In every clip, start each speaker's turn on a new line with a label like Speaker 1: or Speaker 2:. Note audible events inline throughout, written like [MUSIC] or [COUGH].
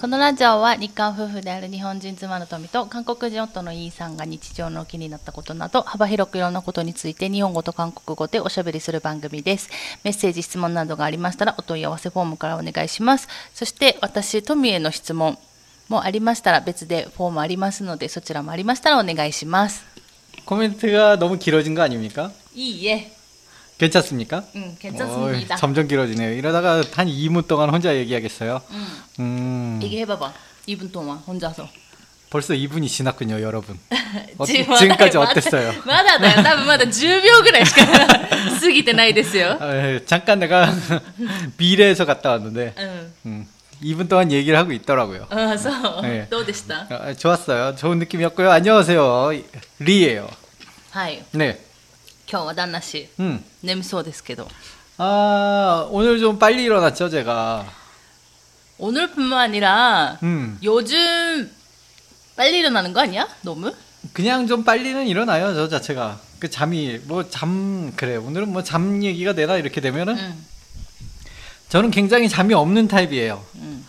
Speaker 1: このラジオは日韓夫婦である日本人妻の富と韓国人夫のイーさんが日常の気になったことなど幅広くいろんなことについて日本語と韓国語でおしゃべりする番組ですメッセージ質問などがありましたらお問い合わせフォームからお願いしますそして私富への質問もありましたら別でフォームありますのでそちらもありましたらお願いします
Speaker 2: 코멘트가 너무 길어진 거 아닙니까?
Speaker 1: いいえ
Speaker 2: 괜찮습니까?
Speaker 1: 응, 괜찮습니다.
Speaker 2: 어이, 점점 길어지네요. 이러다가 한 2분 동안 혼자 얘기하겠어요. 음,
Speaker 1: 얘기해봐봐 2분 동안 혼자서
Speaker 2: 벌써 2분이 지났군요, 여러분. [LAUGHS] 어,
Speaker 1: [LAUGHS] 自分
Speaker 2: 지금까지 어땠어요?
Speaker 1: まだだよ。多分まだ10秒ぐらいしか [LAUGHS] 過ぎてないですよ。
Speaker 2: 아, 예, 잠깐 내가 [LAUGHS] 미래에서 갔다 왔는데
Speaker 1: うん。
Speaker 2: 음, 2분 동안 얘기를 하고 있더라고요.
Speaker 1: ああ、そう、
Speaker 2: え
Speaker 1: 어, [LAUGHS]
Speaker 2: え
Speaker 1: どうでした
Speaker 2: 아, 좋았어요. 좋은 느낌이었고요. 안녕하세요. 리예요.
Speaker 1: はい。
Speaker 2: 네.
Speaker 1: 今日は旦那氏、
Speaker 2: 음.
Speaker 1: 眠そうですけど。
Speaker 2: 아, 오늘 좀 빨리 일어났죠, 제가.
Speaker 1: 오늘뿐만아니라
Speaker 2: 음.
Speaker 1: 요즘 빨리 일어나는 거 아니야? 너무?
Speaker 2: 그냥 좀 빨리는 일어나요 저 자체가 그 잠이 뭐 잠 그래 오늘은 뭐 잠 얘기가 되나 이렇게 되면은
Speaker 1: 응.
Speaker 2: 저는 굉장히 잠이 없는 타입이에요
Speaker 1: 응.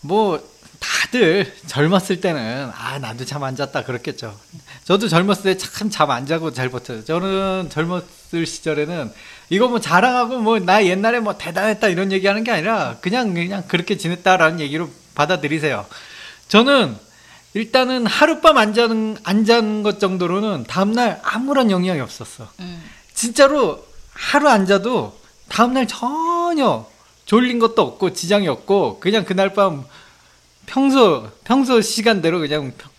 Speaker 2: 뭐 다들 젊었을 때는 아 나도 잠 안 잤다 그렇겠죠 저도 젊었을 때 참 잠 안 자고 잘 버텨요 저는 젊었을 시절에는 이거 뭐 자랑하고 뭐 나 옛날에 뭐 대단했다 이런 얘기하는 게 아니라 그냥 그냥 그렇게 지냈다라는 얘기로 받아들이세요 저는 일단은 하룻밤 안 자는 안 자는 것 정도로는 다음날 아무런 영향이 없었어
Speaker 1: 응.
Speaker 2: 진짜로 하루 안 자도 다음날 전혀 졸린 것도 없고 지장이 없고 그냥 그날 밤 평소 평소 시간대로 그냥 평-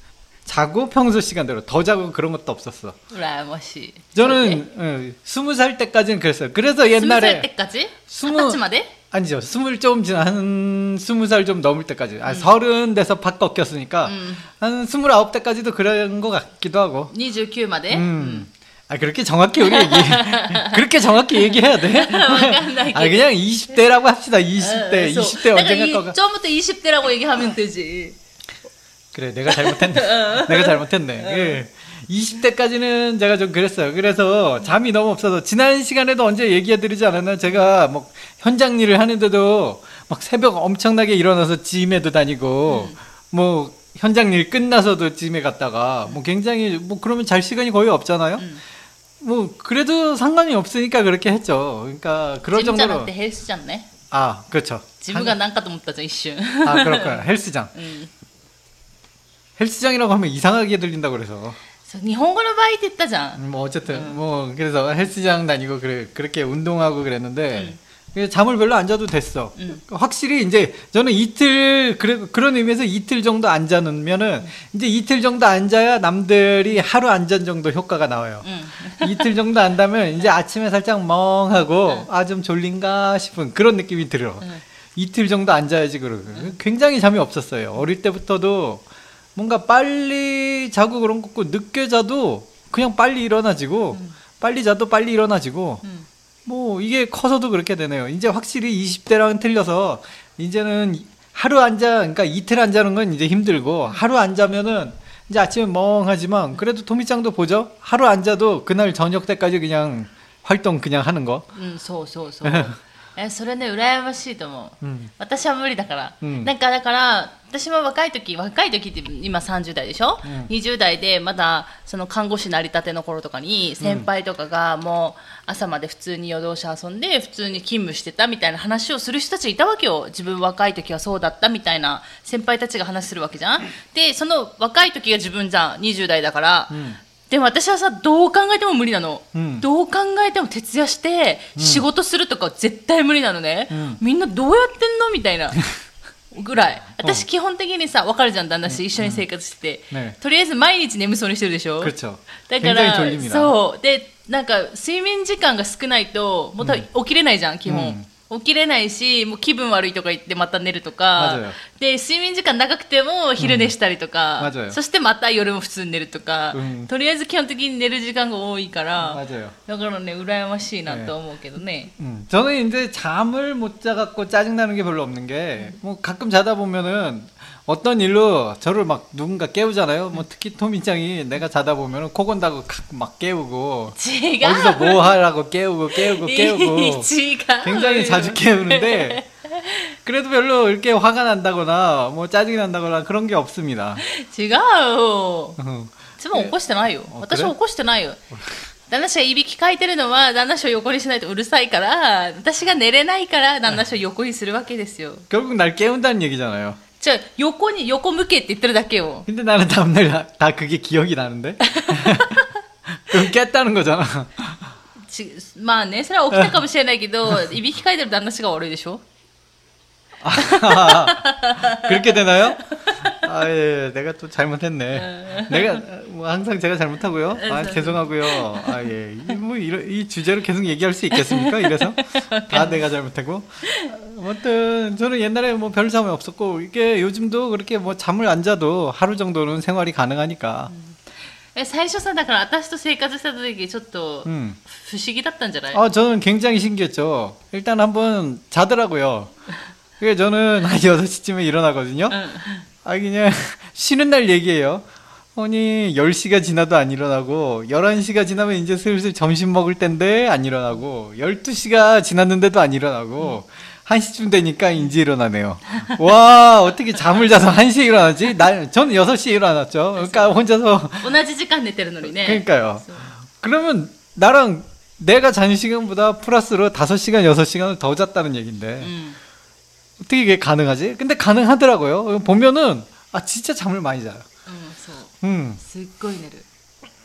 Speaker 2: 자고 평소 시간대로 더 자고 그런 것도 없었어.
Speaker 1: 라머시. 네.
Speaker 2: 저는 어, 스무 살 때까지는 그랬어요.
Speaker 1: 스무
Speaker 2: 그래서
Speaker 1: 살
Speaker 2: 옛날에
Speaker 1: 때까지?
Speaker 2: 스무-
Speaker 1: 스무 살まで
Speaker 2: 아니죠 스물 조금 지난 한 스무 살 좀 넘을 때까지 아 서른 돼서 팍 꺾였으니까
Speaker 1: 음.
Speaker 2: 한 스물아홉 때까지도 그런 것 같기도 하고
Speaker 1: 29まで
Speaker 2: 음. 아 그렇게 정확히 우리 얘기 그렇게 정확히 얘기해야 돼?
Speaker 1: 간단하게.
Speaker 2: 아 그냥 20대라고 합시다. 20대, 20대 언젠가
Speaker 1: 그러니까
Speaker 2: 거가.
Speaker 1: 어, 이, 처음부터 20대라고 얘기하면 되지.
Speaker 2: 그래 내가 잘못했네. 내가 잘못했네. 예. 20대까지는 제가 좀 그랬어요. 그래서 잠이 너무 없어서 지난 시간에도 언제 얘기해드리지 않았나 제가 뭐 현장 일을 하는데도 막 새벽 엄청나게 일어나서 짐에도 다니고 뭐 현장 일 끝나서도 짐에 갔다가 뭐 굉장히 뭐 그러면 잘 시간이 거의 없잖아요.
Speaker 1: 음.
Speaker 2: 뭐 그래도 상관이 없으니까 그렇게 했죠. 그러니까 그럴
Speaker 1: ジムじゃなく
Speaker 2: 정도로
Speaker 1: てヘルスじゃんね。
Speaker 2: 아 그렇죠.
Speaker 1: 自分がなんかと思ったじゃん一瞬。 [LAUGHS]
Speaker 2: 아 그렇구나 헬스장.
Speaker 1: うん、
Speaker 2: 헬스장이라고 하면 이상하게 들린다고 그래서.
Speaker 1: そう日本語の場合って言ったじゃん。
Speaker 2: 뭐 어쨌든 뭐 그래서 헬스장 다니고 그래 그렇게 운동하고 그랬는데 그래서 잠을 별로 안 자도 됐어.
Speaker 1: 음.
Speaker 2: 확실히 이제 저는 이틀 그래 그런 의미에서 이틀 정도 안 자면은 이제 이틀 정도 안 자야 남들이 하루 안 잔 정도 효과가 나와요.
Speaker 1: うん、
Speaker 2: 이틀 정도 안다면 이제 아침에 살짝 멍하고 아 좀 졸린가 싶은 그런 느낌이 들어.
Speaker 1: 음.
Speaker 2: 이틀 정도 앉아야지 그러고 굉장히 잠이 없었어요. 어릴 때부터도 뭔가 빨리 자고 그런 거 없고 늦게 자도 그냥 빨리 일어나지고 빨리 자도 빨리 일어나지고
Speaker 1: うん、
Speaker 2: 뭐 이게 커서도 그렇게 되네요. 이제 확실히 20대랑은 틀려서 이제는 하루 앉아 그러니까 이틀 안 자는 건 이제 힘들고 하루 안 자면은 이제 아침에 멍하지만 그래도 토미짱도 보죠. 하루 안 자도 그날 저녁 때까지 그냥 활동 그냥 하는 거.
Speaker 1: うん、そうそうそう。えそれね羨ましいと思う。
Speaker 2: 음.
Speaker 1: 私は無理だから、
Speaker 2: うん
Speaker 1: なんかだから私も若い時若い時って今30代でしょ、
Speaker 2: うん
Speaker 1: 20代でまだその看護師なりたての頃とかに先輩とかがもう朝まで普通に夜通し遊んで普通に勤務してたみたいな話をする人たちがいたわけよ自分若い時はそうだったみたいな先輩たちが話するわけじゃんでその若い時が自分じゃん20代だから、
Speaker 2: 음.
Speaker 1: でも私はさどう考えても無理なの、
Speaker 2: うん
Speaker 1: どう考えても徹夜して仕事するとか絶対無理なのね、
Speaker 2: うん
Speaker 1: みんなどうやってんのみたい
Speaker 2: [LAUGHS]
Speaker 1: なぐらい私基本的にさ分かるじゃん旦那氏一緒に生活してて、
Speaker 2: ね
Speaker 1: とりあえず毎日眠そうにしてるでしょ
Speaker 2: 그렇죠.
Speaker 1: だか
Speaker 2: 굉장히
Speaker 1: ら
Speaker 2: 졸립니다.
Speaker 1: そうでなんか睡眠時間が少ないともう多分起きれないじゃん、基本、起きれないしもう気分悪いとか言ってまた寝ると
Speaker 2: 맞아요
Speaker 1: かで睡眠時間長くても昼寝したりとか、
Speaker 2: うん맞아요
Speaker 1: そしてまた夜も普通に寝るとか、
Speaker 2: うん
Speaker 1: とりあえず基本的に寝る時間が多いから、
Speaker 2: 맞아요.
Speaker 1: だからね羨ましいなと思うけどね、
Speaker 2: 음, 저는 이제 잠을 못 자갖고 짜증나는 게 별로 없는 게 뭐 가끔 자다 보면은 어떤 일로 저를 막 누군가 깨우잖아요. 뭐 특히 토미짱이 내가 자다 보면은 코 건다고 칵막 깨우고
Speaker 1: 違う
Speaker 2: 어디서 뭐 하라고 깨우고
Speaker 1: [LAUGHS]
Speaker 2: 깨우고
Speaker 1: 違う
Speaker 2: 깨우고 굉장히 자주 깨우는데 그래도 별로 이렇게 화가 난다거나 뭐 짜증이 난다거나 그런 게 없습니다.
Speaker 1: 違う。
Speaker 2: 어.
Speaker 1: 妻怒してないよ。
Speaker 2: えあ
Speaker 1: 私
Speaker 2: く
Speaker 1: は
Speaker 2: れ
Speaker 1: 怒してないよ。旦那氏がいびきかいてるのは旦那氏を横にしないとうるさいから私が寝れないから旦那氏を横にするわけですよ
Speaker 2: 결국 날 깨운다는 얘기잖아요.
Speaker 1: じゃあ横に横向けって言ってるだけよ
Speaker 2: 근데 나는 다음날 다- 다 그게 기억이 나는데? [LAUGHS] 그럼 깼다는 거잖아.
Speaker 1: ちまあねそれは起きたかもしれないけ
Speaker 2: [LAUGHS]
Speaker 1: どいびきかいてる旦那氏が悪いでしょ
Speaker 2: [LAUGHS] 그렇게 되나요? 아, 예, 내가 또 잘못했네. 내가, 뭐, 항상 제가 잘못하고요. 아, 죄송하고요. 아, 예. 이, 뭐, 이런, 이 주제로 계속 얘기할 수 있겠습니까? [LAUGHS] 이래서? 다 내가 잘못하고. 아무튼, 저는 옛날에 뭐, 별 잠이 없었고, 이게 요즘도 그렇게 뭐, 잠을 안 자도 하루 정도는 생활이 가능하니까.
Speaker 1: え最初さだから私と生活した時ちょっと
Speaker 2: 음.
Speaker 1: 不思議だったんじゃない、
Speaker 2: 아, 저는 굉장히 신기했죠. 일단 한번 자더라고요. 그게 저는 한 6시쯤에 일어나거든요.
Speaker 1: うん
Speaker 2: 아, 그냥 쉬는 날 얘기예요. 아니, 10시가 지나도 안 일어나고, 11시가 지나면 이제 슬슬 점심 먹을 텐데 안 일어나고, 12시가 지났는데도 안 일어나고, 1시쯤 되니까 이제 일어나네요. 와, 어떻게 잠을 자서 1시에 일어나지? 난, 저는 6시에 일어났죠. 그러니까 혼자서
Speaker 1: 同じ時間寝てるのにね
Speaker 2: 그러니까요.
Speaker 1: 그래서-
Speaker 2: 그러면 나랑 내가 잔 시간보다 플러스로 5시간, 6시간을 더 잤다는 얘기인데
Speaker 1: うん
Speaker 2: 어떻게 이게 가능하지? 근데 가능하더라고요. 보면은 아 진짜 잠을 많이 자요.
Speaker 1: うんそう
Speaker 2: 음.
Speaker 1: すっごい寝る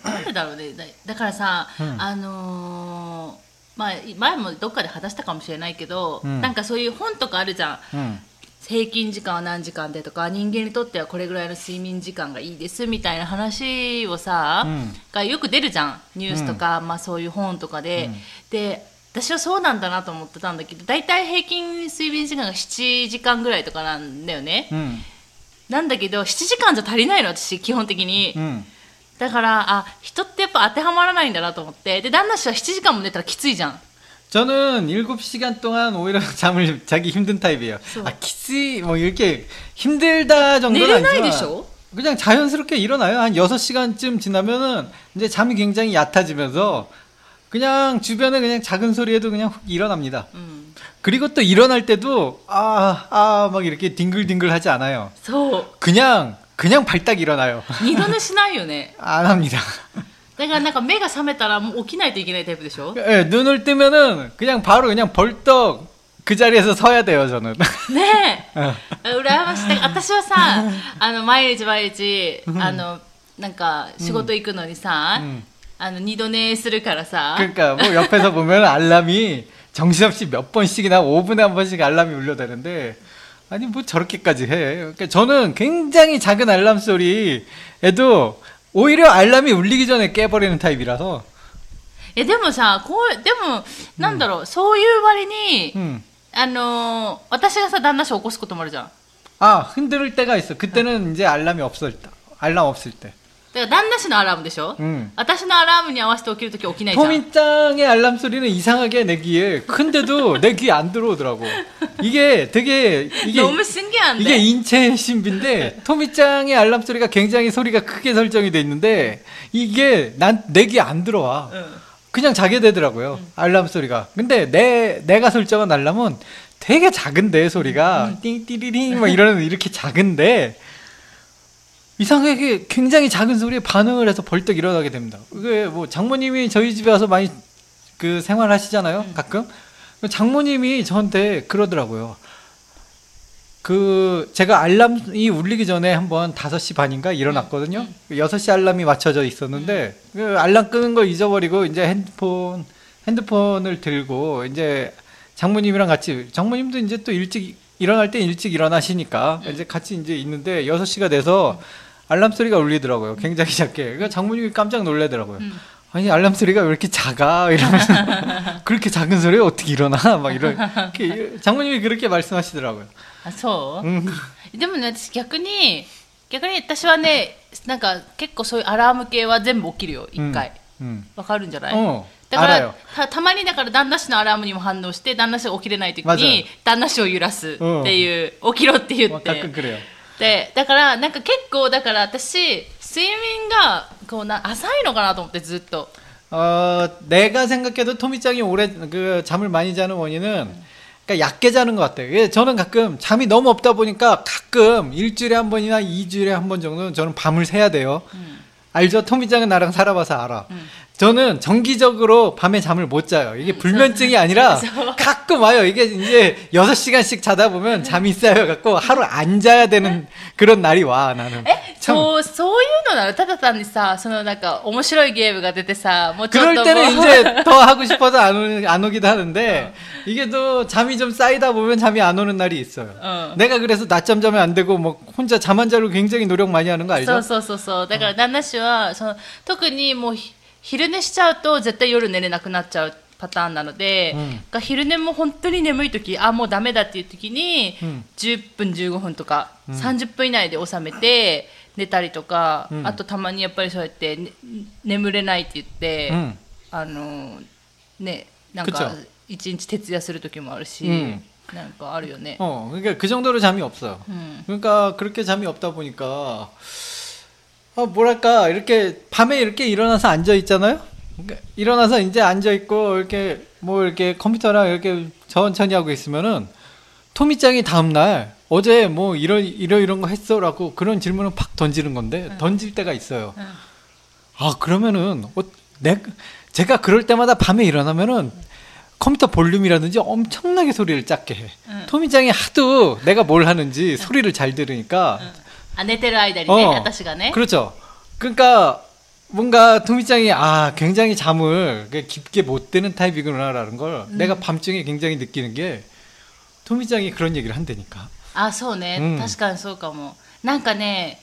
Speaker 1: なんでだろうねだだからさ、
Speaker 2: うん
Speaker 1: あのーまあ前もどっかで話したかもしれないけど、
Speaker 2: うん
Speaker 1: なんかそういう本とかあるじゃん
Speaker 2: 음.
Speaker 1: 平均時間は何時間でとか人間にとってはこれぐらいの睡眠時間がいいですみたいな話をさ、
Speaker 2: うん
Speaker 1: がよく出るじゃんニュースとか、まあ、そういう本とかで、で私はそうなんだなと思ってたんだけど大体平均睡眠時間が7時間ぐらいとかなんだよね、
Speaker 2: 음.
Speaker 1: なんだけど7時間じゃ足りないの私基本的に、
Speaker 2: 음.
Speaker 1: だからあ人ってやっぱ当てはまらないんだなと思ってで旦那氏は7時間も寝たらきついじゃん
Speaker 2: 저는 7시간 동안 오히려 [LAUGHS] 잠을 자기 힘든 타입이에요. 아, 키스 뭐 이렇게 힘들다 정도는
Speaker 1: 내려놔야
Speaker 2: 아니지만
Speaker 1: 되죠?
Speaker 2: 그냥 자연스럽게 일어나요. 한 6시간쯤 지나면은 이제 잠이 굉장히 얕아지면서 그냥 주변에 그냥 작은 소리에도 그냥 훅 일어납니다.
Speaker 1: うん、
Speaker 2: 그리고 또 일어날 때도 아, 아, 막 이렇게 뒹글뒹글 하지 않아요.
Speaker 1: そう
Speaker 2: 그냥, 그냥 발딱 일어나요. [LAUGHS]
Speaker 1: 二度寝しないよね
Speaker 2: 안 합니다.
Speaker 1: だからなんか目が覚めたらもう起きないといけないタイプでしょね
Speaker 2: 예, 눈을 뜨면은 그냥 바로 그냥 벌떡 그 자리에서 서야 돼요, 저는. [LAUGHS]
Speaker 1: え羨ましいだから私はさあの毎日毎日あのなんか仕事行くのにさ、
Speaker 2: ん
Speaker 1: あの二度寝するからさ
Speaker 2: 그러니까 뭐 옆에서 보면 알람이 정신없이 몇 번씩이나 5분에 한 번씩 알람이 울려대는데 아니 뭐 저렇게까지 해. 그러니까 저는 굉장히 작은 알람 소리에도 오히려 알람이 울리기 전에 깨버리는 타입이라서
Speaker 1: えでもさこうでもなんだろう、そういう割に、
Speaker 2: 음.
Speaker 1: あの私がさ旦那氏を起こすこともあるじゃん
Speaker 2: 아 흔들 때가 있어. 그때는 이제 알람이 없을 때, 알람 없을 때.
Speaker 1: だから旦那氏のアラームでしょ、
Speaker 2: うん
Speaker 1: 私のアラームに合わせて起きるとき起きないじゃん。
Speaker 2: 토민짱의 알람 소리는 이상하게 내 귀에 큰데도 내 귀에 안 들어오더라고. 이게 되게 이게
Speaker 1: 너무 신기한데.
Speaker 2: 이게 인체 신비인데 토미짱의 알람 소리가 굉장히 소리가 크게 설정이 돼 있는데 이게 난 내 귀에 안 들어와.
Speaker 1: 응.
Speaker 2: 그냥 자게 되더라고요. 알람 소리가. 근데 내 내가 설정한 알람은 되게 작은데 소리가 띵띠리링 막 이러는 이렇게 작은데 이상하게 굉장히 작은 소리에 반응을 해서 벌떡 일어나게 됩니다. 그게 뭐 장모님이 저희 집에 와서 많이 그 생활하시잖아요. 가끔 장모님이 저한테 그러더라고요. 그 제가 알람이 울리기 전에 한번 5시 반인가 일어났거든요. 6시 알람이 맞춰져 있었는데 그 알람 끄는 걸 잊어버리고 이제 핸드폰 핸드폰을 들고 이제 장모님이랑 같이 장모님도 이제 또 일찍 일어날 때 일찍 일어나시니까 이제 같이 이제 있는데 6시가 돼서 알람 소리가 울리더라고요. 굉장히 작게. 그러니까 장모님이 깜짝 놀라더라고요.
Speaker 1: 음.
Speaker 2: 아니 알람 소리가 왜 이렇게 작아 이러면서 그렇게 작은 소리에 어떻게 일어나 막 이런 이렇게 장모님이 그렇게 말씀하시더라고요.
Speaker 1: あそう、
Speaker 2: 음.
Speaker 1: でもね私逆に逆に私はねなんか結構そういうアラーム系は全部起きるよ一回
Speaker 2: 음.
Speaker 1: わ、かるんじゃない、
Speaker 2: 어,
Speaker 1: だから
Speaker 2: 알아요.
Speaker 1: たたまにだから旦那氏のアラームにも反応して旦那氏が起きれない時
Speaker 2: まず
Speaker 1: に旦那氏を揺らすっていう、起きろって言っ
Speaker 2: 어,
Speaker 1: て
Speaker 2: 가끔 그래요.
Speaker 1: でだからなんか結構だから私睡眠がこうな浅いのかなと思ってずっと
Speaker 2: 어, 내가 생각해도 토미짱이 오래 그 잠을 많이 자는 원인은 그러니까 얕게 자는 것 같아요. 예, 저는 가끔 잠이 너무 없다 보니까 가끔 일주일에 한 번이나 이주일에 한 번 정도는 저는 밤을 새야 돼요.
Speaker 1: 음.
Speaker 2: 알죠? 토미장은 나랑 살아봐서 알아.
Speaker 1: 음.
Speaker 2: 저는 정기적으로 밤에 잠을 못 자요. 이게 불면증이 아니라 가끔 와요. 이게 이제 6시간씩 자다 보면 잠이 쌓여갖고 하루 안 자야 되는
Speaker 1: 네.
Speaker 2: 그런 날이 와, 나는.
Speaker 1: え
Speaker 2: 참
Speaker 1: そうそういうのならただ単にさそのなんか面白いゲームが出てさもうちょっ
Speaker 2: 그럴
Speaker 1: と
Speaker 2: 때는
Speaker 1: [LAUGHS] もう
Speaker 2: 이제 더 하고 싶어서 안, 오, 안 오기도 하는데 이게 또 잠이 좀 쌓이다 보면 잠이 안 오는 날이 있어요.
Speaker 1: 어.
Speaker 2: 내가 그래서 낮잠 자면 안 되고 뭐 혼자 잠 안 자려고 굉장히 노력 많이 하는
Speaker 1: そ
Speaker 2: 거
Speaker 1: う
Speaker 2: 알죠?
Speaker 1: そうそうそうだから旦那氏はその特にもうひ昼寝しちゃうと絶対夜寝れなくなっちゃうパターンなので、
Speaker 2: うん
Speaker 1: だから昼寝も本当に眠い時あもうダメだっていう時に、
Speaker 2: うん
Speaker 1: 10分15分とか、30分以内で収めて寝たりとか、
Speaker 2: うん
Speaker 1: あとたまにやっぱりそうやって、ね眠れないって言って、
Speaker 2: うん
Speaker 1: あのねなん
Speaker 2: 그쵸
Speaker 1: か一日徹夜する時もあるし、
Speaker 2: うん
Speaker 1: なんかあるよね。
Speaker 2: 어, 그러니까 그 정도로 잠이 없어요.
Speaker 1: 음.
Speaker 2: 그러니까 그렇게 잠이 없다 보니까 아, 뭐랄까 이렇게 밤에 이렇게 일어나서 앉아 있잖아요. 그러니까 일어나서 이제 앉아 있고 이렇게 뭐 이렇게 컴퓨터랑 이렇게 천천히 하고 있으면은 토미짱이 다음 날 어제 뭐 이런 이런 이런 거 했어라고 그런 질문을 팍 던지는 건데 던질 때가 있어요.
Speaker 1: 음.
Speaker 2: 아 그러면은 어, 내 제가 그럴 때마다 밤에 일어나면은 컴퓨터 볼륨이라든지 엄청나게 소리를 작게 해.
Speaker 1: 음.
Speaker 2: 토미짱이 하도 내가 뭘 하는지 소리를 잘 들으니까
Speaker 1: あ寝てる間にね、
Speaker 2: 어
Speaker 1: 私がね。
Speaker 2: 그렇죠. 그러니까 뭔가 토미짱이 아 굉장히 잠을 그렇게 깊게 못 드는 타입이구나라는 걸 내가 밤중에 굉장히 느끼는 게 토미짱이 그런 얘기를 한다니까.
Speaker 1: あそうね、
Speaker 2: うん
Speaker 1: 確かにそうかもなんかね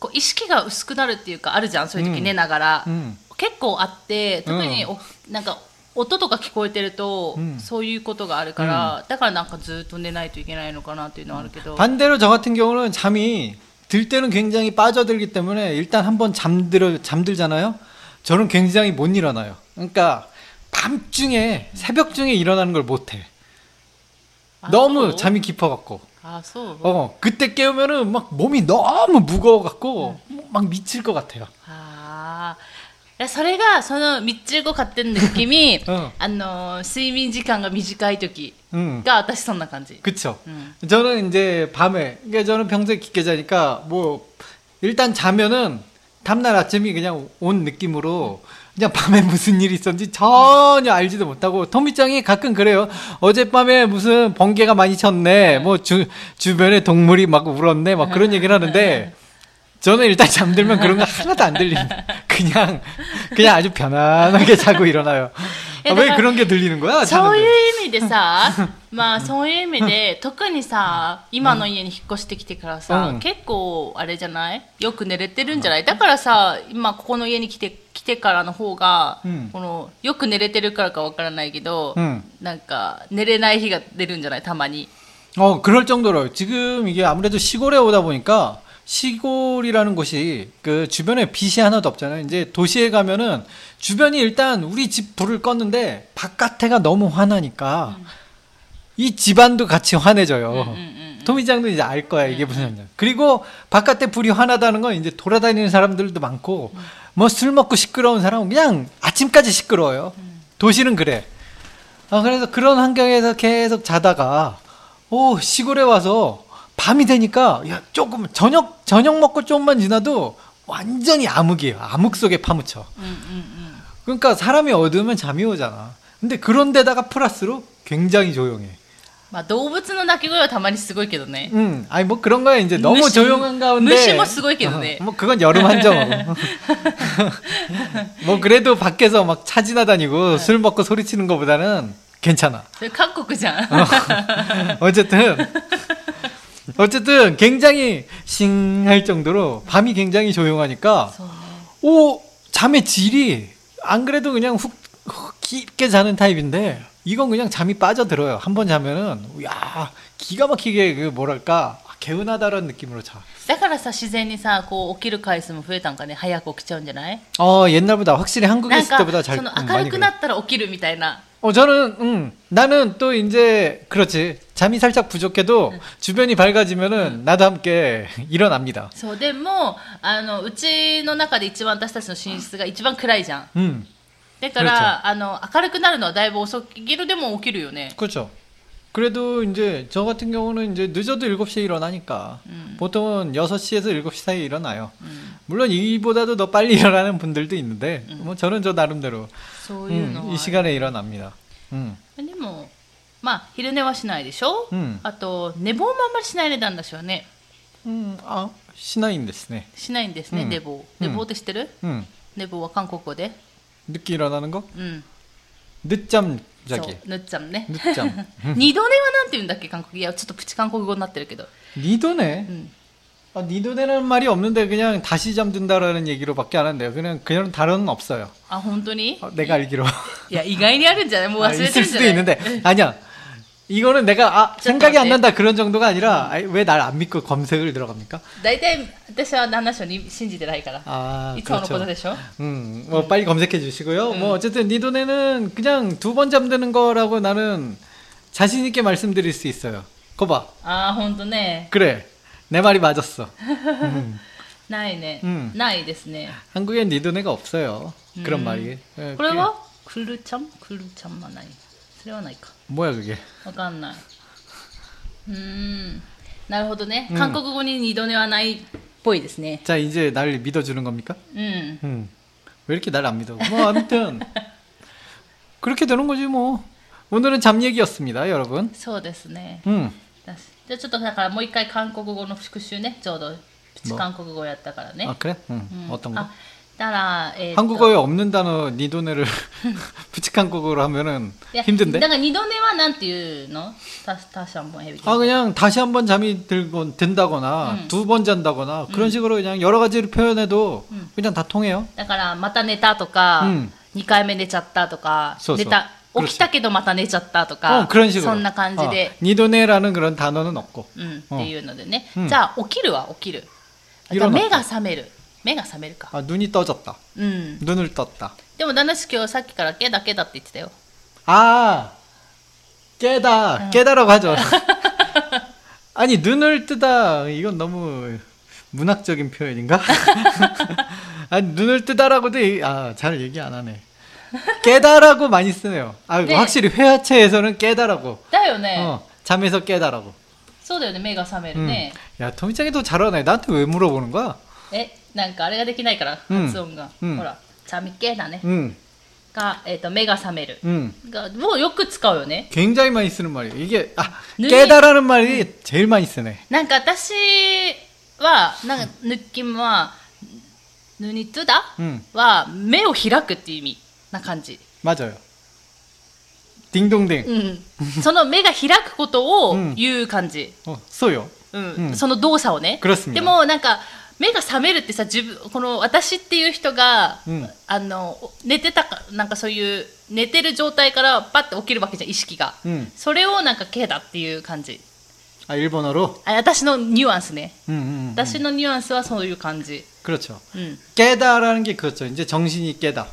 Speaker 1: こう意識が薄くなるっていうかあるじゃんそういう時
Speaker 2: うん
Speaker 1: 寝ながら、
Speaker 2: 음.
Speaker 1: 結構あって特に
Speaker 2: う
Speaker 1: お、なんか音とか聞こえてると、
Speaker 2: うん
Speaker 1: そういうことがあるから、だからなんかずっと寝ないといけないのかなっていうのはあるけど、
Speaker 2: 반대로 저 같은 경우는 잠이 들 때는 굉장히 빠져들기 때문에 일단 한번 잠들어 잠들잖아요. 저는 굉장히 못 일어나요. 그러니까 밤중에 새벽 중에 일어나는 걸 못 해.
Speaker 1: あ
Speaker 2: 너무
Speaker 1: そう
Speaker 2: 잠이 깊어 갖고.
Speaker 1: あそう、
Speaker 2: 어, 그때 깨우면은 막 몸이 너무 무거워 갖고 막 미칠 것 같아요.
Speaker 1: ああそれがそのみっちりご買ってる時に、
Speaker 2: うん
Speaker 1: あのー睡眠時間が短い時
Speaker 2: 음.
Speaker 1: が私そんな感じ、
Speaker 2: 그쵸.
Speaker 1: うん、
Speaker 2: 저는 이제 밤에, 그러니까 저는 평소에 깊게 자니까 뭐, 일단 자면은 다음날 아침이 그냥 온 느낌으로 그냥 밤에 [LAUGHS] 무슨 일이 있었는지 전혀 알지도 못하고 토미짱이 가끔 그래요. 어젯밤에 무슨 번개가 많이 쳤네. 뭐 주, 주변에 동물이 막 울었네. 막 그런 얘기를 하는데 저는 일단 잠들면 그런 거 하나도 안 들립니다. [LAUGHS] 그냥, 그냥 아주 편안하게 자고 일어나요.
Speaker 1: 야,
Speaker 2: 아, 왜
Speaker 1: 내가
Speaker 2: 그런 게 들리는
Speaker 1: そ
Speaker 2: 거야?
Speaker 1: う
Speaker 2: 자는데.
Speaker 1: いう意味で
Speaker 2: [LAUGHS]
Speaker 1: さ、まあそういう意味で、特にさ、今の家に引っ越してきてからさ、
Speaker 2: うん
Speaker 1: 結構あれじゃないよく寝れてるんじゃないだからさ、今ここの家に来て、来てからの方が、
Speaker 2: うん
Speaker 1: この、よく寝れてるからかわからないけど、
Speaker 2: 음.
Speaker 1: なんか寝れない日が出るんじゃないたまに。
Speaker 2: 어, 그럴 정도로 지금 이게 아무래도 시골에 오다 보니까 시골이라는 곳이 그 주변에 빛이 하나도 없잖아요. 이제 도시에 가면은 주변이 일단 우리 집 불을 껐는데 바깥에가 너무 환하니까 이 집안도 같이 환해져요.
Speaker 1: うんうんうん。
Speaker 2: 토미장도 이제 알 거야 이게 무슨 말이냐. 그리고 바깥에 불이 환하다는 건 이제 돌아다니는 사람들도 많고 뭐 술 먹고 시끄러운 사람은 그냥 아침까지 시끄러워요. 도시는 그래. 아 그래서 그런 환경에서 계속 자다가 오 시골에 와서 밤이 되니까 야 조금 저녁 저녁 먹고 조금만 지나도 완전히 암흑이에요. 암흑 속에 파묻혀.
Speaker 1: うんうんうん。
Speaker 2: 그러니까 사람이 어두우면 잠이 오잖아. 근데 그런 데다가 플러스로 굉장히 조용해.
Speaker 1: まあ動物の鳴き声はたまにすごいけどね。
Speaker 2: 음, 아니 뭐 그런 거야 이제 너무
Speaker 1: 무시-
Speaker 2: 조용한 가운데.
Speaker 1: 무시뭐 쓰고 있겠네.
Speaker 2: 어, 뭐 그건 여름 한정으로. 뭐 그래도 밖에서 막 차 지나다니고 술 먹고 소리치는 것보다는 괜찮아.
Speaker 1: それ韓国じゃん。
Speaker 2: 어쨌든 어쨌든 굉장히 싱할 정도로 밤이 굉장히 조용하니까
Speaker 1: そうね。
Speaker 2: 오 잠의 질이 안 그래도 그냥 훅, 훅 깊게 자는 타입인데 이건 그냥 잠이 빠져들어요. 한 번 자면은 야 기가 막히게 그 뭐랄까 개운하다라는 느낌으로 자.
Speaker 1: [LAUGHS] だからさ、自然にさ、こう起きる回数も増えたんかね。早く起きちゃうんじゃない
Speaker 2: 어 옛날보다 확실히 한국에
Speaker 1: なん
Speaker 2: 있을
Speaker 1: か
Speaker 2: 때보다 잘
Speaker 1: その明
Speaker 2: 음, 많이
Speaker 1: るく
Speaker 2: 그래요.
Speaker 1: なったら起きるみたいな。
Speaker 2: 어 저는 음 나는 또 이제 그렇지 잠이 살짝 부족해도
Speaker 1: 음.
Speaker 2: 주변이 밝아지면은 나도 함께 [LAUGHS] 일어납니다.
Speaker 1: そうでもあのうちの中で一番私たちの寝室が一番暗いじゃん。
Speaker 2: 음
Speaker 1: だからあの明るくなるのはだいぶ遅いけどでも起きるよね。
Speaker 2: 그렇죠. 그래도 이제 저 같은 경우는 이제 늦어도 7시에 일어나니까
Speaker 1: 음.
Speaker 2: 보통은 6시에서 7시 사이에 일어나요.
Speaker 1: うん、
Speaker 2: 물론 이보다도 더 빨리 [LAUGHS] 일어나는 분들도 있는데
Speaker 1: 음. 어,
Speaker 2: 뭐 저는 저 나름대로
Speaker 1: そういう
Speaker 2: 음,
Speaker 1: のは、
Speaker 2: 이 시간에 일어납니다. 음,
Speaker 1: でもまあ昼寝はしないでしょ、
Speaker 2: 음,
Speaker 1: あと寝坊もあんまりしないでたんですよね
Speaker 2: 음, 아, 시나인 ですね.
Speaker 1: しないんですね、
Speaker 2: うん
Speaker 1: 寝坊
Speaker 2: うん
Speaker 1: 寝坊って知ってる、
Speaker 2: 음,
Speaker 1: 寝坊は韓国語で
Speaker 2: 늦게 일어나는 거?
Speaker 1: うん、
Speaker 2: 늦잠
Speaker 1: そう
Speaker 2: 자기.
Speaker 1: ぬっちゃんね [LAUGHS]
Speaker 2: 늦잠.
Speaker 1: 二度寝はなんて言うんだっけ韓国いやちょっとプチ韓国語になってるけど、
Speaker 2: 니도네.
Speaker 1: うん、
Speaker 2: 아, 니도네라는 말이 없는데 그냥 다시 잠든다라는 얘기로밖에 안 한대요. 그냥 그냥 다른 없어요.
Speaker 1: あ本当に
Speaker 2: 어, 내가 알기로.
Speaker 1: いや意外にあるんじゃないもう忘
Speaker 2: 아,
Speaker 1: れてるんじゃ
Speaker 2: 있을 수도
Speaker 1: ない
Speaker 2: 있는데 아니야. 이거는 내가 아, 생각이 안 네. 난다 그런 정도가 아니라 왜 날 안 믿고 검색을 들어갑니까?
Speaker 1: 大体私は何なしに信じてないから
Speaker 2: 아
Speaker 1: いつものことで
Speaker 2: 그렇죠.
Speaker 1: しょ
Speaker 2: 음, 뭐 빨리 검색해 주시고요.
Speaker 1: 음.
Speaker 2: 뭐 어쨌든 니도네는 그냥 두 번 잠드는 거라고 나는 자신 있게 말씀드릴 수 있어요. 거봐,
Speaker 1: ああ本当ね
Speaker 2: 그래, 내 말이 맞았어. 음.
Speaker 1: ないね、
Speaker 2: うん
Speaker 1: ないですね
Speaker 2: 한국엔 니도네가 없어요. 그런
Speaker 1: 음.
Speaker 2: 말이. 예,
Speaker 1: これはクルちゃんクルちゃんはないそれはないか
Speaker 2: 그게- 뭐야 그게?
Speaker 1: わかんないうーんなるほどね、
Speaker 2: うん
Speaker 1: 韓国語に二度寝はないっぽいですね
Speaker 2: 자 이제 날 믿어주는 겁니까?
Speaker 1: うん、
Speaker 2: 음. 왜 이렇게 날 안 믿어?
Speaker 1: [LAUGHS]
Speaker 2: 뭐 아무튼 그렇게 되는 거지 뭐. 오늘은 잠 얘기였습니다, 여러분.
Speaker 1: そうですね
Speaker 2: 음.
Speaker 1: だしじゃあちょっとだからもう一回韓国語の復習ねちょうどプチ
Speaker 2: もう
Speaker 1: 韓国語やったからね
Speaker 2: 아 그래? 음.
Speaker 1: うん
Speaker 2: 어떤 거?
Speaker 1: あだから、えーっと
Speaker 2: 한국어에 없는 단어
Speaker 1: [LAUGHS]
Speaker 2: 니도네를 [LAUGHS] 부칙한국어로 하면은
Speaker 1: いや
Speaker 2: 힘든데?
Speaker 1: だから二度寝はなんていうのタタシャンもヘビ
Speaker 2: 아 그냥 다시 한 번 잠이 들고 든다거나
Speaker 1: 음.
Speaker 2: 두 번 잔다거나 그런 식으로 그냥 여러 가지를 표현해도
Speaker 1: 음.
Speaker 2: 그냥 다 통해요.
Speaker 1: だからまた寝たとか、
Speaker 2: う
Speaker 1: 二
Speaker 2: ん
Speaker 1: 回目寝ちゃったとか
Speaker 2: そうそう
Speaker 1: 寝た
Speaker 2: 그렇지
Speaker 1: 起きたけどまた寝ちゃったとか、
Speaker 2: 어, 그런 식으로.
Speaker 1: そんな感じで
Speaker 2: 어, 、 니도네라는 그런 단어는 없고.
Speaker 1: うん、っていうのでね、
Speaker 2: うん
Speaker 1: じゃあ起きるは起きるだから
Speaker 2: 일어났다
Speaker 1: 目が覚める目が覚めるか、
Speaker 2: 아, 눈이 떠졌다.
Speaker 1: うん、
Speaker 2: 눈을 떴다.
Speaker 1: でも旦那氏今日さっきから「けだけだ」って言ってたよ
Speaker 2: 아 깨다 깨다라고 하죠. [LAUGHS] 아니 눈을 뜨다 이건 너무 문학적인 표현인가? [LAUGHS] 아니 눈을 뜨다라고도 아잘 얘기 안 하네. 깨다라고 많이 쓰네요. 아
Speaker 1: 네.
Speaker 2: 확실히 회화체에서는 깨다라고.
Speaker 1: だよね、
Speaker 2: 어, 잠에서 깨다라고.
Speaker 1: そうだよね目が覚める
Speaker 2: 음.
Speaker 1: ね、
Speaker 2: 야 토미짱이 더 잘하네. 나한테 왜 물어보는 거야?
Speaker 1: えなんかあれができないから
Speaker 2: うん
Speaker 1: 発音が、
Speaker 2: うん
Speaker 1: ほら「ちゃみけ」だね、
Speaker 2: 음,
Speaker 1: が、えーと「目が覚める」
Speaker 2: 음.
Speaker 1: がもうよく使うよね
Speaker 2: 굉장히 많이 쓰는 말이에요. 이게 아
Speaker 1: 눈이-
Speaker 2: 깨다라는 말이 제일 많이 쓰네.
Speaker 1: なんか私はなんかぬっきんはぬにつだ
Speaker 2: 음
Speaker 1: は目を開くっていう意味な感じ、
Speaker 2: 맞아요.
Speaker 1: 음.
Speaker 2: 딩동댕.
Speaker 1: うん、その目が開くこと
Speaker 2: う
Speaker 1: を
Speaker 2: ん
Speaker 1: 言う感じ、
Speaker 2: 어, 써요.
Speaker 1: うん
Speaker 2: うん
Speaker 1: その動作をね
Speaker 2: 그렇습니다
Speaker 1: でもなんか目が覚めるってさ自分この私っていう人が、
Speaker 2: 음.
Speaker 1: あの寝てたかなんかそういう寝てる状態からパッて起きるわけじゃん意識が、
Speaker 2: 음.
Speaker 1: それをなんか「け」だっていう感じ
Speaker 2: 아, 일본어로?
Speaker 1: あ私のニュアンスね
Speaker 2: 음, 음, 음.
Speaker 1: 私のニュアンスはそういう感じ、
Speaker 2: 그렇죠.
Speaker 1: うん、
Speaker 2: 깨다라는 게 그렇죠. 이제 정신이 깨다.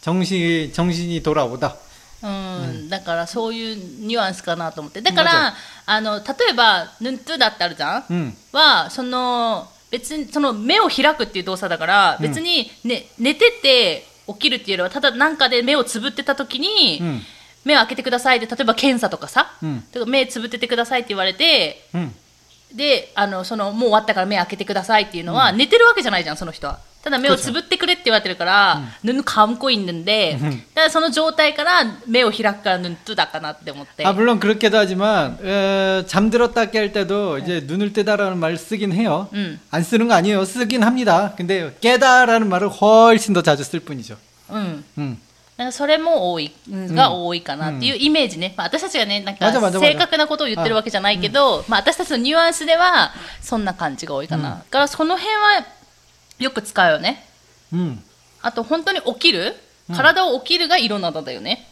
Speaker 2: 정신이, 정신이 돌아오다.
Speaker 1: うんだからそういうニュアンスかなと思ってだから
Speaker 2: な
Speaker 1: あの例えば「ヌントゥ」だってあるじゃん、
Speaker 2: 음.
Speaker 1: はその別にその目を開くっていう動作だから
Speaker 2: うん
Speaker 1: 別に、ね寝てて起きるっていうよりはただなんかで目をつぶってた時に、
Speaker 2: 음.
Speaker 1: 目を開けてくださいって例えば検査とかさ、
Speaker 2: 음.
Speaker 1: とか目つぶっててくださいって言われて
Speaker 2: 음.
Speaker 1: であのそのもう終わったから目開けてくださいっていうのは、寝てるわけじゃないじゃんその人はただ目をつぶってくれって言われてるから「ぬぬかんこいんぬんで」ただその状態から目を開くから「ぬんとだかなって思って、
Speaker 2: 아, 물론 그렇게도 하지만, 어, 잠들었다 깰 때도 이제 눈을 뜨다라는 말을 쓰긴 해요.
Speaker 1: 음.
Speaker 2: 안 쓰는 거 아니에요. 쓰긴 합니다. 근데 깨다라는 말을 훨씬 더 자주 쓸 뿐이죠.
Speaker 1: うん、
Speaker 2: 음.
Speaker 1: なんかそれも多い、が多いかなっていうイメージね。まあ私たちがね、なんか
Speaker 2: まだまだまだ
Speaker 1: 正確なことを言ってるわけじゃないけど、まあ私たちのニュアンスではそんな感じが多いかな。だからその辺はよく使うよね。
Speaker 2: 음.
Speaker 1: あと本当に起きる、体を起きるが色なだだよね。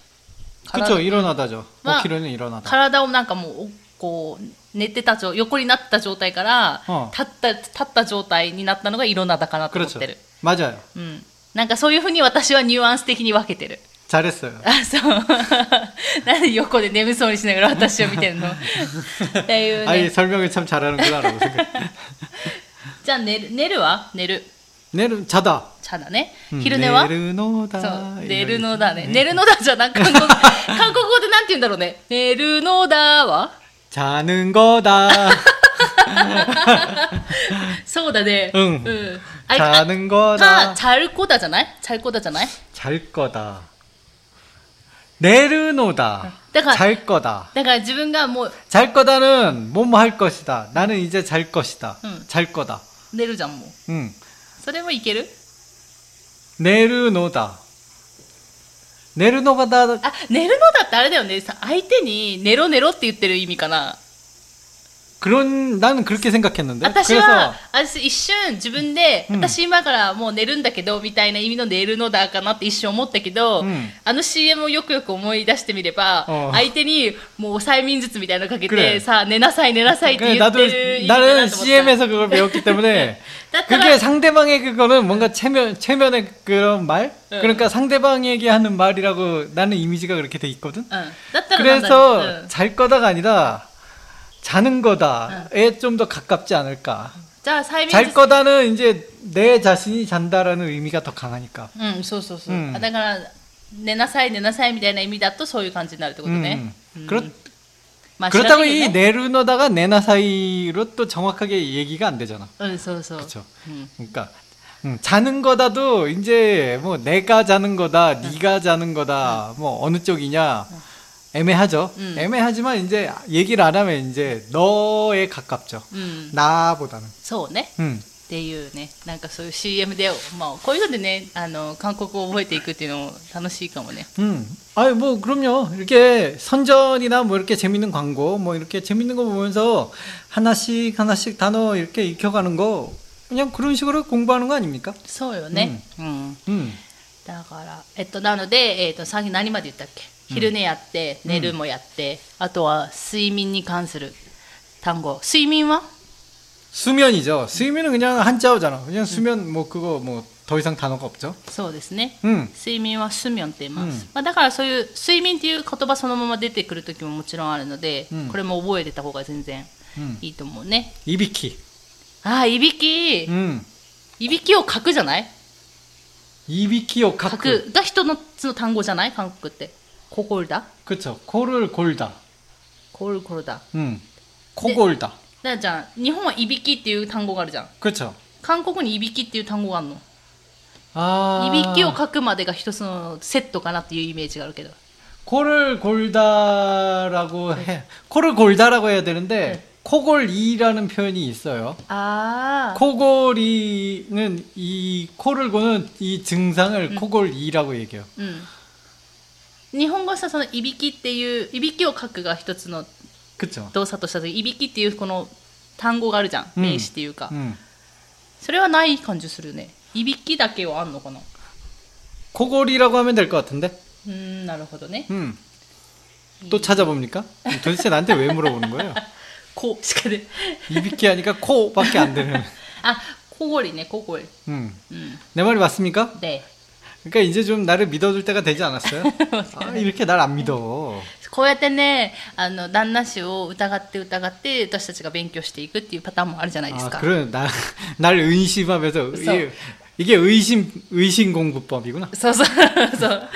Speaker 2: 그렇죠. 일어나다죠.
Speaker 1: 아.
Speaker 2: 오키로는 일어나다.
Speaker 1: 体をなんかもう、おこう、寝てた状、横になった状態から、
Speaker 2: うん
Speaker 1: 立った、立った状態になったのが色なだかなと思っ
Speaker 2: 그렇죠.
Speaker 1: てる。
Speaker 2: 맞아요.
Speaker 1: うん。なんかそういうふうに私はニュアンス的に分けてる。
Speaker 2: 잘했어요.
Speaker 1: あ、そう。 [LAUGHS] なんで横で眠そうにしながら私を見てるのっていう
Speaker 2: 아이,
Speaker 1: ね。
Speaker 2: [LAUGHS] 설명을 참 잘하는구나라고 생각.
Speaker 1: じゃあ寝る、寝るは寝る。
Speaker 2: 내르 자다.
Speaker 1: 자다ね
Speaker 2: 음,
Speaker 1: 昼寝は
Speaker 2: 내르노다. 네.
Speaker 1: そう
Speaker 2: 이
Speaker 1: 寝るのだね寝るのだじゃ
Speaker 2: [LAUGHS]
Speaker 1: なく韓国韓国語でなんて言うんだろうね寝るのだは
Speaker 2: 자는 [LAUGHS] 거다.
Speaker 1: そうだね
Speaker 2: うん
Speaker 1: うんああ
Speaker 2: 자는 거다.
Speaker 1: あ잘거다じゃない잘거다じゃない
Speaker 2: 잘 거다. 어, 내르노다.
Speaker 1: 내가-
Speaker 2: 잘 거다.
Speaker 1: だから自分がもう
Speaker 2: 잘 거다는 뭐뭐 할 것이다. 나는 이제 잘 것이다.
Speaker 1: 응.
Speaker 2: 잘 거다.
Speaker 1: 寝るじゃんもう
Speaker 2: 응.
Speaker 1: それもいける
Speaker 2: 내르노다. 내르노다.
Speaker 1: あ寝るのだってあれだよねさ相手に寝ろ寝ろって言ってる意味かな
Speaker 2: 그런 나는 그렇게 생각했는데.
Speaker 1: 私
Speaker 2: 그래서
Speaker 1: は私一瞬自分で、
Speaker 2: うん
Speaker 1: 私今からもう寝るんだけどみたいな意味の寝るのだかなって一瞬思ったけど、
Speaker 2: うん
Speaker 1: あの CM をよくよく思い出してみれば
Speaker 2: ああ
Speaker 1: 相手にもう催眠術みたいなのかけ
Speaker 2: くれ
Speaker 1: てさあ寝なさい寝なさいって言っ
Speaker 2: 그 나도
Speaker 1: てる意味だなと思っ
Speaker 2: 나는
Speaker 1: た
Speaker 2: CM에서 그걸 배웠기 [LAUGHS] 때문에
Speaker 1: 따뜻한-
Speaker 2: 그게 상대방의 그거는 뭔가 체면 체면의 그런 말
Speaker 1: 응.
Speaker 2: 그러니까 상대방에게 하는 말이라고 나는 이미지가 그렇게 돼 있거든.
Speaker 1: うん、だったらなんだろう
Speaker 2: 그래서 잘 거다가 아니라 자는 거다에 좀 더 가깝지 않을까.
Speaker 1: じゃあ催眠
Speaker 2: 잘
Speaker 1: 術
Speaker 2: 거다는 이제 내 자신이 잔다라는 의미가 더 강하니까.
Speaker 1: うんそうそうそう、
Speaker 2: うん
Speaker 1: あだから寝なさい寝なさいみたいな意味だとそういう感じになるってことね
Speaker 2: 음. 、 그렇,
Speaker 1: まあ
Speaker 2: 그렇다고
Speaker 1: 知らない
Speaker 2: 이
Speaker 1: けどね
Speaker 2: 내르노다가 내나 사이로 또 정확하게 얘기가 안 되잖아.
Speaker 1: うんそうそう
Speaker 2: 그렇죠.
Speaker 1: うん、
Speaker 2: 그러니까 음, 자는 거다도 이제 뭐 내가 자는 거다, 네가 자는 거다, 뭐 어느 쪽이냐 애매하죠.
Speaker 1: 음.
Speaker 2: 애매하지만 이제 얘기를 안 하면 이제 너에 가깝죠.
Speaker 1: うん、
Speaker 2: 나보다는.
Speaker 1: そうね
Speaker 2: 음.
Speaker 1: っていうねなんかそういう CM で、まあ、こういうのでねあの韓国を覚えていくっていうのも楽しいかもね
Speaker 2: 음. 아유 뭐 그럼요. 이렇게 선전이나 뭐 이렇게 재밌는 광고 뭐 이렇게 재밌는 거 보면서 하나씩 하나씩 단어 이렇게 익혀가는 거 그냥 그런 식으로 공부하는 거 아닙니까?
Speaker 1: そうよね、うん
Speaker 2: 음.
Speaker 1: だからえっとなので、えっと、さっき何まで言ったっけ昼寝やって寝るもやって、あとは睡眠に関する単語睡眠は
Speaker 2: 수면이죠. 수면은 그냥 한자어잖아. 그냥 수면 뭐 그거 뭐 더 이상 단어가 없죠.
Speaker 1: そうですね
Speaker 2: 음.
Speaker 1: 睡眠は睡眠って言います、
Speaker 2: うん
Speaker 1: まあ、だからそういう睡眠っていう言葉そのまま出てくる時ももちろんあるので、
Speaker 2: うん
Speaker 1: これも覚えてた方が全然
Speaker 2: 음.
Speaker 1: いいと思うね
Speaker 2: 이비키.
Speaker 1: ああいびき、
Speaker 2: 음.
Speaker 1: いびきを書くじゃない
Speaker 2: 이비키요
Speaker 1: 書
Speaker 2: 가크.
Speaker 1: くが人のつの単語じゃない韓国ってココルだ
Speaker 2: 그렇죠. 코를 골다.
Speaker 1: コールコルだ
Speaker 2: 음. 코 골다.
Speaker 1: だじゃん日本はいびきっていう単語があるじゃん
Speaker 2: 그렇죠.
Speaker 1: 韓国にいびきっていう単語があるの
Speaker 2: 아.
Speaker 1: いびきを書くまでが一つのセットかなっていうイメージがあるけど
Speaker 2: 코를 골다라고 해. 코를 골다라고 해야 되는데 코골이라는 표현이 있어요.
Speaker 1: ああ
Speaker 2: 코골이는 이 코를 고는 이 증상을 코골이라고 얘기해요.
Speaker 1: うん日本語はさそのいびきっていういびきを書くが一つの
Speaker 2: 그렇죠.
Speaker 1: 動作とした時いびきっていうこの単語があるじゃん
Speaker 2: うん
Speaker 1: 名詞っていうか、
Speaker 2: 음.
Speaker 1: それはない感じするねいびきだけはあんのかな
Speaker 2: 코골이라고 하면 될 것 같은데.
Speaker 1: うーんなるほどね
Speaker 2: 음. 또 찾아봅니까? 도대체 나한테 왜 물어보는 거예요?
Speaker 1: こうしかね [LAUGHS]
Speaker 2: 이비키 하니까 코밖에 안 되는.
Speaker 1: あこごりねこごり
Speaker 2: 음.
Speaker 1: うん
Speaker 2: 내 말이 맞습니까?
Speaker 1: で
Speaker 2: 그러니까 이제 좀 나를 믿어줄 때가 되지 [LAUGHS] 않았어요? 아, 이렇게 날 안 믿어.
Speaker 1: こうやってねあの旦那氏を疑って疑って私たちが勉強していくっていうパターンもある
Speaker 2: 아,
Speaker 1: じゃないですか、
Speaker 2: 그런 나, 날 의심하면서
Speaker 1: 그래서-
Speaker 2: 이게, 이게 의심 의심 공부법이구나.
Speaker 1: そうそうそう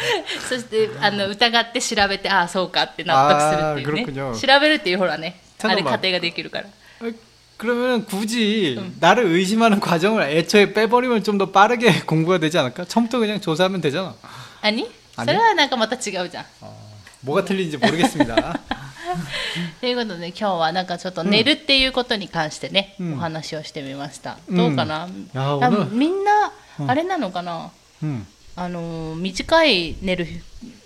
Speaker 1: そしてあの疑って調べてああそうかって納得するっていう
Speaker 2: あー
Speaker 1: ね
Speaker 2: 그렇군요
Speaker 1: 調べるっていうほらね
Speaker 2: た
Speaker 1: あ
Speaker 2: だ
Speaker 1: れ
Speaker 2: まあ
Speaker 1: 過程ができるから
Speaker 2: 아, 그러면 굳이 나를 의심하는 과정을 애초에 빼버리면 좀 더 빠르게 [LAUGHS] 공부가 되지 않을까? 처음부터 그냥 조사하면 되잖아.
Speaker 1: 何
Speaker 2: あ
Speaker 1: そ
Speaker 2: ね
Speaker 1: れはなんかまた違うじゃん
Speaker 2: 뭐가 틀린지 모르겠습니다. [LAUGHS]
Speaker 1: ということで今日はなんかちょっと寝るっていうことに関してね、
Speaker 2: うん
Speaker 1: お話をしてみました、
Speaker 2: うん
Speaker 1: どうかな、多
Speaker 2: や
Speaker 1: 分
Speaker 2: 俺
Speaker 1: みんなあれなのかな、
Speaker 2: 음.
Speaker 1: あのー短い寝る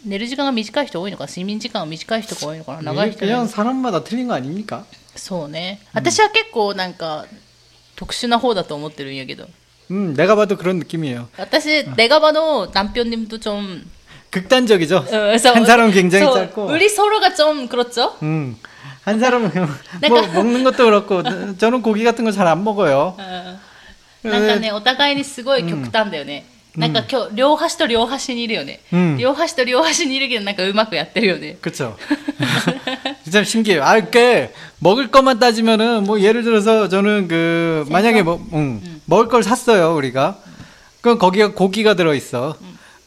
Speaker 1: 寝る時間が短い人多いのか睡眠時間が短い人が多いのかな長い
Speaker 2: 아, 이게
Speaker 1: 人が多い
Speaker 2: 그냥
Speaker 1: のか
Speaker 2: 사람마다 틀린 거 아닙니까?
Speaker 1: そうね私は結構なんか特殊な方だと思ってるんやけど
Speaker 2: 음, 내가 봐도 그런 느낌이에요.
Speaker 1: 私내가봐도남편님도좀 [LAUGHS]
Speaker 2: 극단적이죠.
Speaker 1: 음, 그래서
Speaker 2: 한 사람은 굉장히
Speaker 1: 저-
Speaker 2: 짧고,
Speaker 1: 우리 서로가 좀 그렇죠?
Speaker 2: 음, 한 사람은 그냥 뭐
Speaker 1: 내가-
Speaker 2: 먹는 것도 그렇고, 저는 고기 같은 거 잘 안 먹어요.
Speaker 1: うんなんかねお互いにすごい極端だよね、なんか今日両端と両端にいるよね、
Speaker 2: うん
Speaker 1: 両端と両端にいるけどなんかうまくやってるよね
Speaker 2: [LAUGHS] 그렇죠. 참 신기해요. 아, 그 먹을 것만
Speaker 1: 음.
Speaker 2: 따지면은 뭐 예를 들어서 저는 그 만약에 뭐 음, 먹을 걸 샀어요 우리가. 그럼 거기가 고기가 들어있어.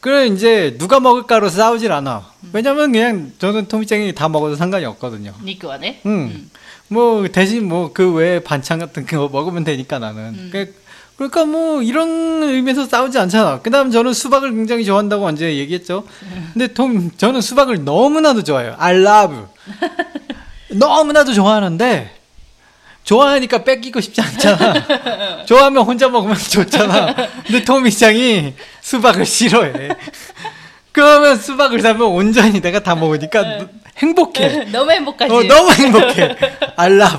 Speaker 2: 그럼 이제 누가 먹을까로 싸우질 않아. 왜냐면 그냥 저는 토미짱이 다 먹어도 상관이 없거든요.
Speaker 1: 肉はね。
Speaker 2: うん 음. 뭐 대신 뭐 그 외에 반찬 같은 거 [LAUGHS] 먹으면 되니까 나는.
Speaker 1: 음.
Speaker 2: 그- 그러니까 뭐 이런 의미에서 싸우지 않잖아. 그다음 저는 수박을 굉장히 좋아한다고 언제 얘기했죠. 근데 톰 저는 수박을 너무나도 좋아해요. I love. 너무나도 좋아하는데 좋아하니까 뺏기고 싶지 않잖아. 좋아하면 혼자 먹으면 좋잖아. 근데 톰 이장이 수박을 싫어해. 그러면 수박을 사면 온전히 내가 다 먹으니까 행복해.
Speaker 1: [LAUGHS] 飲めんぼかじ。
Speaker 2: 어, 너무 행복해. 알라브.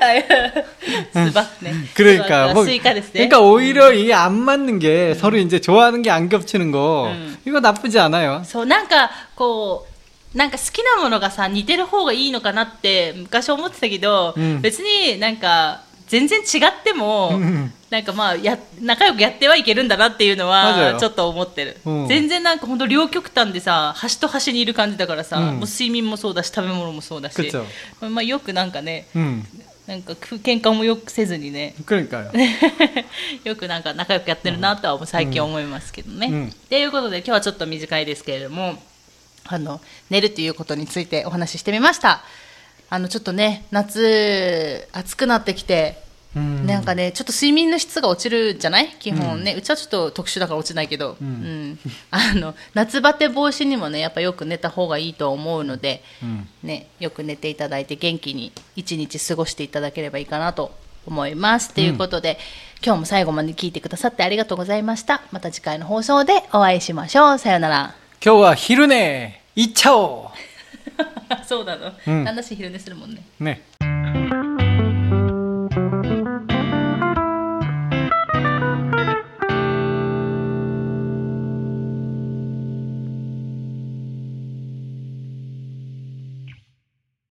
Speaker 1: はい [LAUGHS] すばね。
Speaker 2: 그러니까
Speaker 1: スバスイカですね。
Speaker 2: 그러니까 오히려 이게 안 맞는 게 서로 이제 좋아하는 게 안 겹치는 거
Speaker 1: 음.
Speaker 2: 이거 나쁘지 않아요.
Speaker 1: そうなんかこうなんか好きなものがさ似てる方がいいのかなって昔思ってたけど、
Speaker 2: うん
Speaker 1: 別になんか全然違っても、
Speaker 2: ん
Speaker 1: なんかまあや仲良くやってはいけるんだなっていうの
Speaker 2: まだよ
Speaker 1: はちょっと思ってる、
Speaker 2: うん
Speaker 1: 全然なんか本当両極端でさ端と端にいる感じだからさ、
Speaker 2: うん
Speaker 1: もう睡眠もそうだし食べ物もそうだし
Speaker 2: 그쵸
Speaker 1: まあよくなんかね
Speaker 2: 음,
Speaker 1: なんかく喧嘩もよくせずにね
Speaker 2: 그러니까요.
Speaker 1: 네. [LAUGHS] よくなんか仲良くやってるなとはもう最近思いますけどね。
Speaker 2: う
Speaker 1: と、
Speaker 2: ん
Speaker 1: いうことで今日はちょっと短いですけれどもあの寝るということについてお話ししてみました。あのちょっとね夏暑くなってきて
Speaker 2: 음,
Speaker 1: なんかねちょっと睡眠の質が落ちるじゃない基本ね、うちはちょっと特殊だから落ちないけど、うんあの夏バテ防止にもねやっぱよく寝た方がいいと思うので、
Speaker 2: 음.
Speaker 1: ね、よく寝ていただいて元気に一日過ごしていただければいいかなと思います。ということで今日も最後まで聞いてくださってありがとうございました。また次回の放送でお会いしましょう。さよなら。
Speaker 2: 겨와 히르네 이차오.
Speaker 1: [LAUGHS] そうなの、
Speaker 2: うん
Speaker 1: 話昼寝するもんね。
Speaker 2: 네.